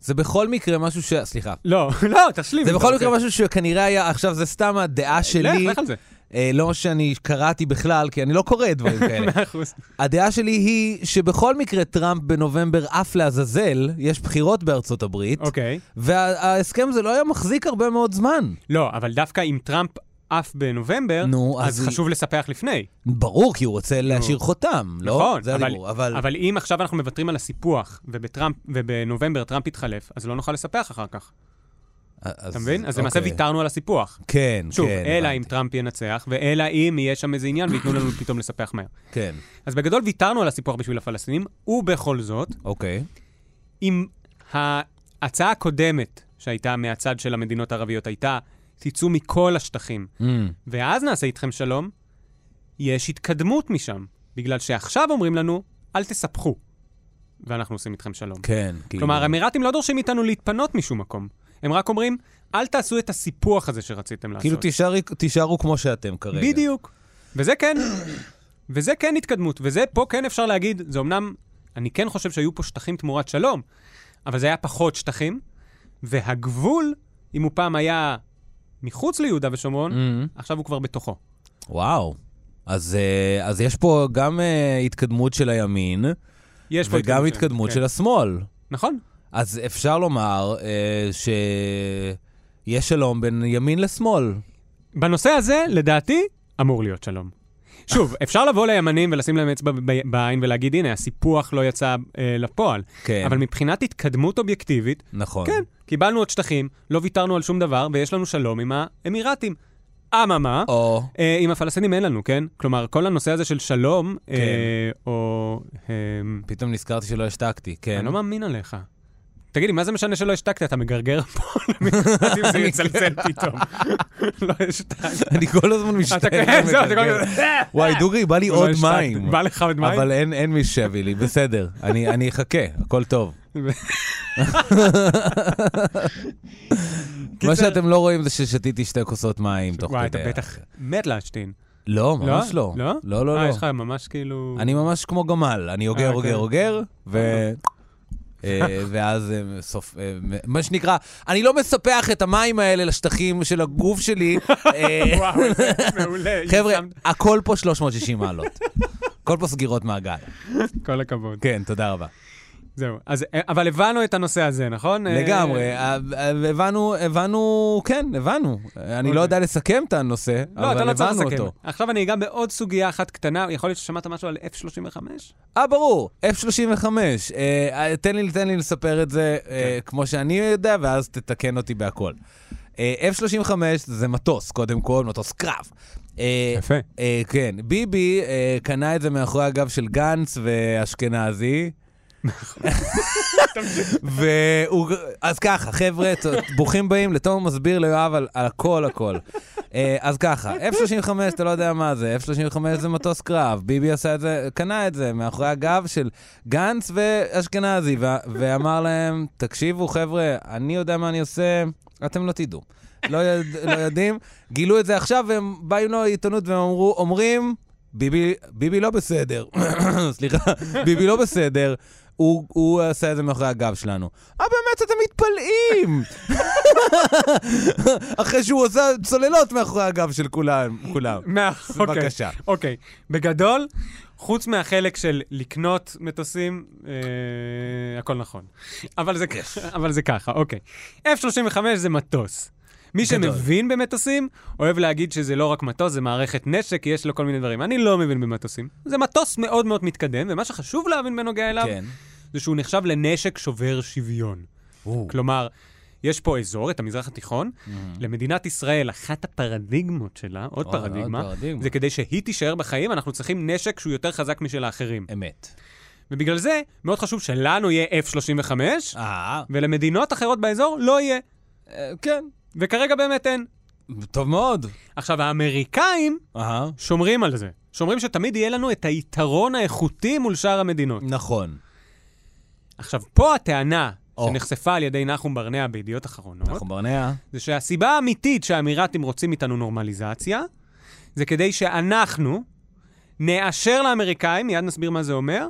זה בכל מקרה משהו ש... סליחה.
לא, לא, תשלים.
זה
אתה
בכל
רוצה.
מקרה משהו שכנראה היה, עכשיו זה סתם הדעה שלי,
לך, לך על זה.
אה, לא שאני קראתי בכלל, כי אני לא קורא דברים כאלה.
מאה אחוז.
הדעה שלי היא שבכל מקרה טראמפ בנובמבר עף לעזאזל, יש בחירות בארצות הברית,
אוקיי.
וההסכם הזה לא היה מחזיק הרבה מאוד זמן.
לא, אבל דווקא אם טראמפ עף בנובמבר,
נו,
אז
אז-
חשוב לספח לפני.
ברור, כי הוא רוצה להשאיר חותם, לא?
נכון,
זה
אבל-
הדיבור, אבל...
אבל אם עכשיו אנחנו מוותרים על הסיפוח, ובטראמפ- ובנובמבר טראמפ יתחלף, אז לא נוכל לספח אחר כך.
אז-
אתה מבין? אז למעשה
אוקיי.
ויתרנו על הסיפוח.
כן,
שוב,
כן.
אלא
הבנתי.
אם טראמפ ינצח, ואלא אם יהיה שם איזה עניין וייתנו לנו פתאום לספח מהר.
כן,
אז בגדול ויתרנו על הסיפוח בשביל הפלסטינים, ובכל זאת,
אוקיי.
אם ההצעה הקודמת שהייתה מהצד של המדינות הערביות הייתה, תצאו מכל השטחים,
Mm,
ואז נעשה איתכם שלום, יש התקדמות משם, בגלל שעכשיו אומרים לנו, אל תספחו, ואנחנו עושים איתכם שלום.
כן, כאילו.
כלומר, האמירתים לא דורשים מאיתנו להתפנות משום מקום. הם רק אומרים, אל תעשו את הסיפוח הזה שרציתם לעשות.
כאילו תישארי- תישארו כמו שאתם כרגע.
בדיוק. וזה כן, וזה כן התקדמות, וזה פה כן אפשר להגיד, זה אמנם, אני כן חושב שהיו פה שטחים תמורת שלום, אבל זה היה פחות שטחים, והגבול, אם הוא פעם היה מחוץ ליהודה ושומרון,
Mm.
עכשיו הוא כבר בתוכו.
וואו. אז, אה, אז יש פה גם אה, התקדמות של הימין,
יש פה
וגם התקדמות
כן.
של השמאל.
נכון,
אז אפשר לומר אה, שיש שלום בין ימין לשמאל.
בנושא הזה, לדעתי, אמור להיות שלום.
אה.
שוב, אפשר לבוא לימנים ולשים להם אצבע ב- בעין ולהגיד, הנה, הסיפוח לא יצא אה, לפועל.
כן,
אבל מבחינת התקדמות אובייקטיבית,
נכון.
כן, קיבלנו עוד שטחים, לא ויתרנו על שום דבר, ויש לנו שלום עם האמירתים. אממה,
או,
אה, עם הפלסטינים אין לנו, כן? כלומר, כל הנושא הזה של שלום, אה,
כן.
או... אה,
פתאום נזכרתי שלא השתקתי, כן.
אני לא מאמין עליך. תגיד לי, מה זה משנה שלא השתקת? אתה מגרגר פה למשרד אם זה יצלצל פתאום. לא השתקת.
אני כל הזמן משתק.
אתה כן, זהו, אתה כל הזמן...
וואי, דוגרי, בא לי
לא
עוד
השתקת.
מים.
בא לך עוד מים?
אבל אין, אין מי שבי לי, בסדר. אני, אני אחכה, הכל טוב. מה שאתם לא רואים זה ששתיתי שתי כוסות מים תוך כדי.
וואי, אתה בטח מת להשתין.
לא, ממש לא.
לא?
לא, לא,
אה,
לא.
יש לך ממש כאילו...
אני ממש כמו גמל,
אה,
אני
לא.
אוגר,
כן.
אוגר, אוגר, ו... אה, ואז אה, סוף, אה, מה שנקרא, אני לא מספח את המים האלה לשטחים של הגוף שלי. אה,
וואו, זה מעולה.
חבר'ה,
שמת-
הכל פה 360 מעלות. הכל פה סגירות מעגל.
כל הכבוד.
כן, תודה רבה.
זהו, אז, אה, אבל הבנו את הנושא הזה, נכון?
לגמרי,
אה,
אה, אה, הבנו, הבנו, כן, הבנו. אני לא יודע לסכם את הנושא,
אוקיי. לא, אתה
אבל
לא צריך
הבנו
לסכם.
אותו.
עכשיו אני אגע בעוד סוגיה אחת קטנה, יכול להיות ששמעת משהו על F-35?
אה, ברור, F-35. אה, אה, תן לי, תן לי לספר את זה אה,
כן.
כמו שאני יודע, ואז תתקן אותי בהכל. אה, F-35 זה מטוס, קודם כל, מטוס קרב. אה,
יפה.
אה, כן, ביבי אה, קנה את זה מאחורי הגב של גנץ ואשכנזי. והוא, אז ככה, חבר'ה, ת- ברוכים באים, לתום מסביר ליואב על, על הכל הכל. אה, אז ככה, F-35, אתה לא יודע מה זה, F-35 זה מטוס קרב, ביבי עשה את זה, קנה את זה מאחורי הגב של גנץ ואשכנזי, ו- ואמר להם, תקשיבו חבר'ה, אני יודע מה אני עושה, אתם לא תדעו. לא, יודע, לא יודעים, גילו את זה עכשיו, והם באו לעיתונות והם אמרו, אומרים, ביבי, ביבי לא בסדר, סליחה, ביבי לא בסדר, הוא, הוא עשה את זה מאחורי הגב שלנו. אה, באמת, אתם מתפלאים! אחרי שהוא עושה צוללות מאחורי הגב של כולם, כולם.
מאה, אוקיי.
בבקשה.
אוקיי. בגדול, חוץ מהחלק של לקנות מטוסים, אה, הכל נכון. אבל זה, אבל זה ככה, אוקיי. F-35 זה מטוס. מי
גדול.
שמבין במטוסים, אוהב להגיד שזה לא רק מטוס, זה מערכת נשק, יש לו כל מיני דברים. אני לא מבין במטוסים. זה מטוס מאוד מאוד מתקדם, ומה שחשוב להבין בנוגע אליו,
כן.
זה שהוא נחשב לנשק שובר שוויון. Mm-hmm. כלומר, יש פה אזור, את המזרח התיכון.
Mm-hmm.
למדינת ישראל, אחת הפרדיגמות שלה, עוד
עוד- עוד
פרדיגמה,
פרדיגמה.
זה כדי שהיא תישאר בחיים, אנחנו צריכים נשק שהוא יותר חזק משל האחרים.
אמת.
ובגלל זה, מאוד חשוב שלנו יהיה F-35,
אה,
ולמדינות אחרות באזור לא יהיה.
אה, כן.
וכרגע באמת אין.
טוב מאוד. אה,
עכשיו, האמריקאים
אהה.
שומרים על זה. שומרים שתמיד יהיה לנו את היתרון האיכותי מול שאר המדינות.
נכון.
עכשיו, פה הטענה
או.
שנחשפה על ידי נחום ברנע בידיעות אחרונות,
אנחנו ברנע.
זה שהסיבה האמיתית שהאמירתים רוצים איתנו נורמליזציה, זה כדי שאנחנו נאשר לאמריקאים, מיד נסביר מה זה אומר,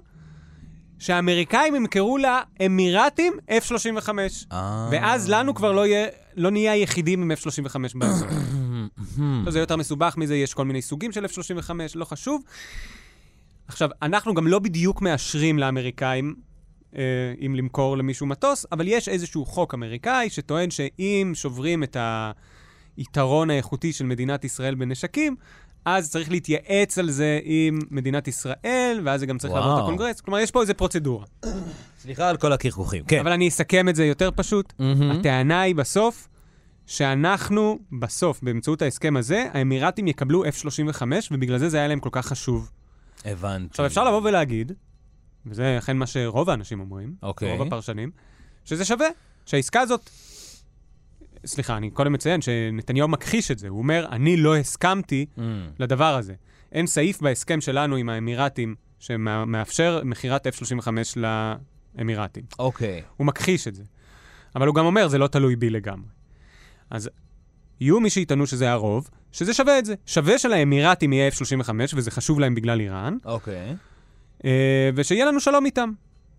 שהאמריקאים ימכרו לאמירתים F-35.
אה.
ואז לנו כבר לא, יהיה, לא נהיה היחידים עם F-35 באזור. עכשיו, זה יותר מסובך מזה, יש כל מיני סוגים של F-35, לא חשוב. עכשיו, אנחנו גם לא בדיוק מאשרים לאמריקאים אה, אם למכור למישהו מטוס, אבל יש איזשהו חוק אמריקאי שטוען שאם שוברים את היתרון האיכותי של מדינת ישראל בנשקים, אז צריך להתייעץ על זה עם מדינת ישראל, ואז זה גם צריך לעבור את
וואו.
הקונגרס. כלומר, יש פה איזו פרוצדורה.
סליחה על כל הכיכוכים. כן.
אבל אני אסכם את זה יותר פשוט.
מהמם.
הטענה היא בסוף, שאנחנו בסוף, באמצעות ההסכם הזה, האמירתים יקבלו F-35, ובגלל זה זה היה להם כל כך חשוב.
הבנתי.
עכשיו, אפשר לבוא ולהגיד, וזה אכן מה שרוב האנשים אומרים,
אוקיי.
רוב הפרשנים, שזה שווה, שהעסקה הזאת... סליחה, אני קודם מציין שנתניהו מכחיש את זה. הוא אומר, אני לא הסכמתי
אמ,
לדבר הזה. אין סעיף בהסכם שלנו עם האמירתים שמאפשר מכירת F-35 לאמירתים.
אוקיי.
הוא מכחיש את זה. אבל הוא גם אומר, זה לא תלוי בי לגמרי. אז יהיו מי שיטענו שזה הרוב, שזה שווה את זה. שווה שלאמירתים יהיה F-35, וזה חשוב להם בגלל איראן,
אוקיי.
אה, ושיהיה לנו שלום איתם.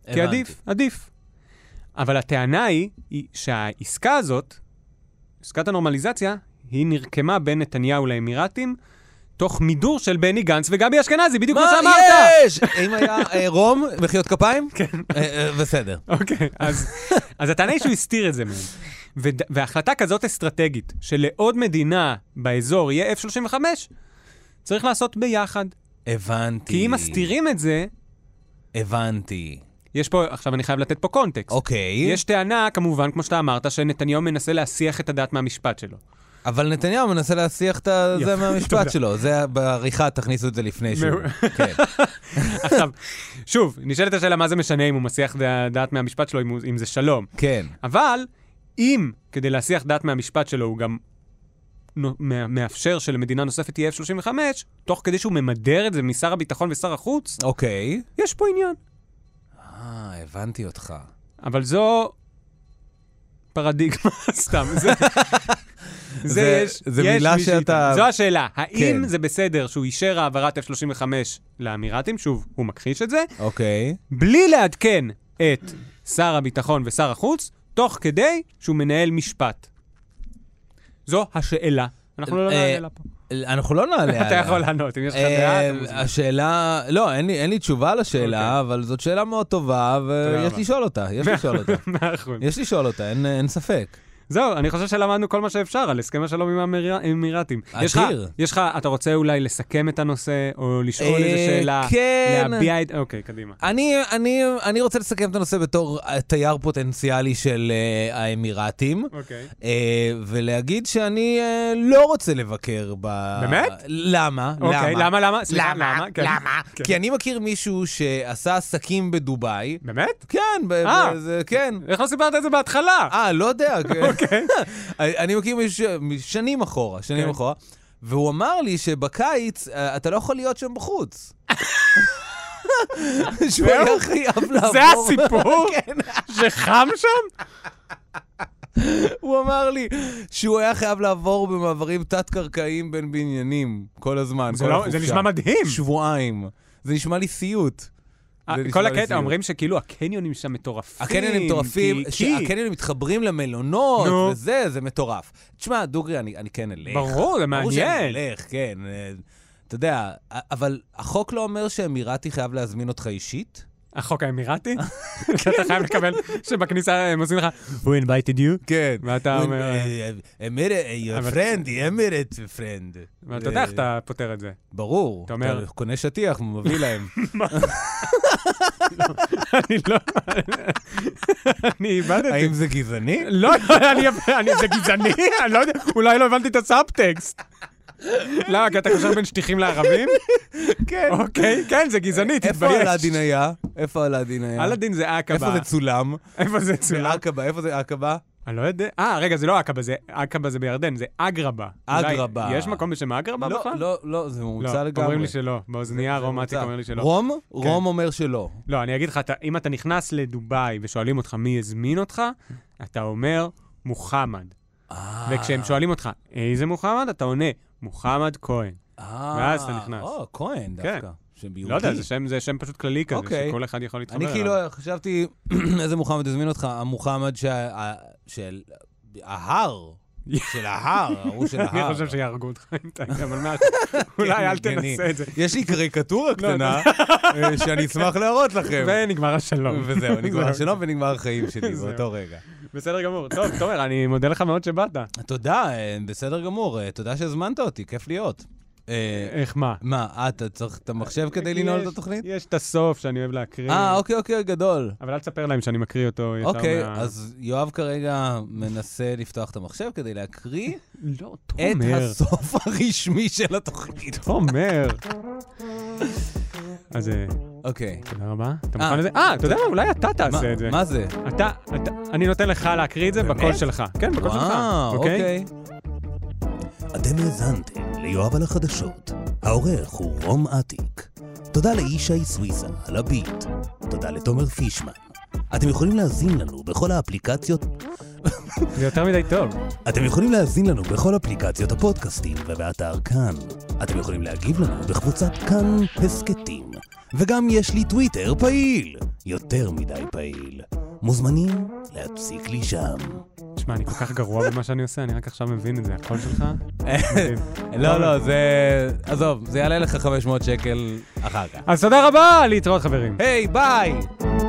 כי
הבנתי.
עדיף, עדיף. אבל הטענה היא, היא שהעסקה הזאת, עסקת הנורמליזציה, היא נרקמה בין נתניהו לאמירתים, תוך מידור של בני גנץ וגבי אשכנזי, בדיוק
מה
כמו שאמרת.
יש? אם היה אה, רום, מחיאות כפיים? כן. בסדר.
אוקיי, אז, אז הטענה היא שהוא הסתיר את זה מהם. ו- והחלטה כזאת אסטרטגית, שלעוד מדינה באזור יהיה F-35, צריך לעשות ביחד.
הבנתי.
כי אם מסתירים את זה,
הבנתי.
יש פה, עכשיו אני חייב לתת פה קונטקסט.
אוקיי.
יש טענה, כמובן, כמו שאתה אמרת, שנתניהו מנסה להסיח את הדעת מהמשפט שלו.
אבל נתניהו מנסה להסיח את
יפה,
זה
תודה.
מהמשפט שלו. זה בעריכה, תכניסו את זה לפני שהוא... כן.
עכשיו, שוב, נשאלת השאלה מה זה משנה אם הוא מסיח דעת מהמשפט שלו, אם, הוא, אם זה שלום.
כן.
אבל אם כדי להסיח דעת מהמשפט שלו הוא גם נו- מא- מאפשר שלמדינה נוספת תהיה F-35, תוך כדי שהוא ממדר את זה משר הביטחון ושר החוץ,
אוקיי.
יש פה עניין.
אה, הבנתי אותך.
אבל זו פרדיגמה, סתם. זה, זה,
זה-
יש,
זה
יש
מילה
מי
שאתה-
שאיתה. זו השאלה, האם
כן.
זה בסדר שהוא אישר העברת F-35 לאמירתים, שוב, הוא מכחיש את זה,
אוקיי.
בלי לעדכן את שר הביטחון ושר החוץ, תוך כדי שהוא מנהל משפט. זו השאלה. אנחנו לא
אה,
נענה לה פה.
אנחנו לא נעלה עליה.
אתה יכול לענות, אם יש לך דעה. אתה
אה,
מוזמן. אוקיי.
השאלה, לא, אין לי- אין לי תשובה לשאלה, אבל זאת שאלה מאוד טובה, ויש
רבה.
לשאול אותה, יש לשאול אותה.
מאה אחוז.
יש לשאול אותה, אין- אין ספק.
זהו, אני חושב שלמדנו כל מה שאפשר על הסכם השלום עם האמיר- האמירתים. יש לך-
אדיר.
יש לך, אתה רוצה אולי לסכם את הנושא, או לשאול איזה
אה,
שאלה?
כן.
להביע את... אוקיי, קדימה.
אני, אני, אני רוצה לסכם את הנושא בתור אה, תייר פוטנציאלי של uh, האמירתים,
אוקיי.
uh, ולהגיד שאני uh, לא רוצה לבקר ב...
באמת?
למה?
אוקיי,
למה?
למה, למה? סליחה,
למה?
כן.
למה?
כן.
כי אני מכיר מישהו שעשה עסקים בדובאי.
באמת?
כן, ב-
אה.
ב- זה- כן.
איך לא סיפרת את זה בהתחלה?
אה, לא יודע. אוקיי. אני מכיר מישהו משנים אחורה, שנים
כן.
אחורה, והוא אמר לי שבקיץ אה, אתה לא יכול להיות שם בחוץ. שהוא היה חייב לעבור.
זה הסיפור?
כן.
שחם שם?
הוא אמר לי שהוא היה חייב לעבור במעברים תת-קרקעיים בין בניינים כל הזמן,
זה
כל
לא-
החופשה.
זה נשמע מדהים.
שבועיים. זה נשמע לי סיוט.
אה,
זה נשמע
כל
לי
הקטע,
סיוט.
אומרים שכאילו הקניונים שם מטורפים.
הקניונים מטורפים,
כי- כי-
הקניונים מתחברים למלונות,
נו.
וזה, זה מטורף. תשמע, דוגרי, אני אני כן אלך.
ברור, זה
ברור שאני
מעניין.
אלך, כן. אה, אתה יודע, א- אבל החוק לא אומר שאמירתי חייב להזמין אותך אישית?
החוק האמירתי? שאתה חייב לקבל, שבכניסה אה, הם עושים לך, who invited you?
כן.
ואתה אומר-
אה, אמירת, your
אבל-
friend, אמירת friend. אה,
ואתה יודע איך אתה פותר את זה.
ברור.
אתה אומר-
קונה שטיח, מביא להם.
אני לא... אני איבדתי.
האם זה גזעני?
לא, לא, אני, אני, זה גזעני? אני לא יודע, אולי לא הבנתי את הסאבטקסט. למה, כי אתה קושר בין שטיחים לערבים?
כן.
אוקיי, כן, זה גזעני, תתבייש.
איפה אלאדין היה? איפה אלאדין היה?
אלאדין זה עקבה.
כן. איפה זה צולם?
איפה זה צולם?
בעקבה, איפה זה עקבה?
אני לא יודע. אה, רגע, זה לא עקבה, זה עקבה זה בירדן, זה אגרבה. אולי-
אגרבה.
יש מקום בשם אגרבה
לא,
בכלל?
לא, לא, זה
לא,
מומצא לגמרי.
אומרים לי שלא. באוזנייה רומטיק
מומצא.
אומר לי שלא. כן.
רום? רום אומר שלא.
לא, אני אגיד לך, אתה- אם אתה נכנס לדובאי ושואלים אותך מי הזמין אותך, אתה אומר מוחמד.
אה.
וכשהם שואלים אותך איזה מוחמד, אתה עונה מוחמד כהן.
אה,
ואז אתה נכנס.
או, כהן דווקא. שם יהודי.
לא יודע, זה שם, זה שם פשוט כללי כזה,
אוקיי.
שכל אחד יכול להתחבר
אני
אליו.
כאילו חשבתי, איזה מוחמד הזמין אותך? המוחמד שה- ה- של ההר. של ההר, ההוא של כן, ההר.
אני חושב שיהרגו אותך אם אתה... אבל מה, אולי אל
הגיוני.
תנסה את זה.
יש לי
לא,
קריקטורה קטנה אה, שאני אשמח להראות לכם.
ונגמר השלום.
כן. וזהו, נגמר
זהו.
השלום ונגמר החיים שלי
זהו.
באותו רגע.
בסדר גמור. טוב, תומר, אני מודה לך מאוד שבאת.
תודה, אה, בסדר גמור, אה, תודה שהזמנת אותי, כיף להיות. אה,
איך מה?
מה, אה, אתה צריך את המחשב כדי לנעול את
יש-
התוכנית?
יש את הסוף שאני אוהב להקריא.
אה, אוקיי, אוקיי, גדול.
אבל אל תספר להם שאני מקריא אותו ישר מה...
אוקיי, אז יואב כרגע מנסה לפתוח את המחשב כדי להקריא
לא,
את
תומר.
הסוף הרשמי של התוכנית.
תומר. אז אה,
אוקיי.
תודה רבה. אתה
אה.
מוכן לזה? אה, אתה יודע מה? אולי אתה תעשה
מה-
את זה.
מה זה?
אתה, אתה- אני נותן לך להקריא את זה בקול שלך. כן, בקול שלך.
וואו, אוקיי.
אתם האזנתם ליואב על החדשות. העורך הוא רום אטיק. תודה לישי סוויסה על הביט. תודה לתומר פישמן. אתם יכולים להאזין לנו בכל האפליקציות...
זה יותר מדי טוב.
אתם יכולים להאזין לנו בכל אפליקציות הפודקאסטים ובאתר כאן. אתם יכולים להגיב לנו בקבוצת כאן הסכתים. וגם יש לי טוויטר פעיל! יותר מדי פעיל. מוזמנים להפסיק לי שם.
תשמע, אני כל כך גרוע במה שאני עושה, אני רק עכשיו מבין את זה. הקול שלך?
לא, לא, זה... עזוב, זה יעלה לך 500 שקל אחר כך.
אז תודה רבה, להתראות חברים.
היי, ביי!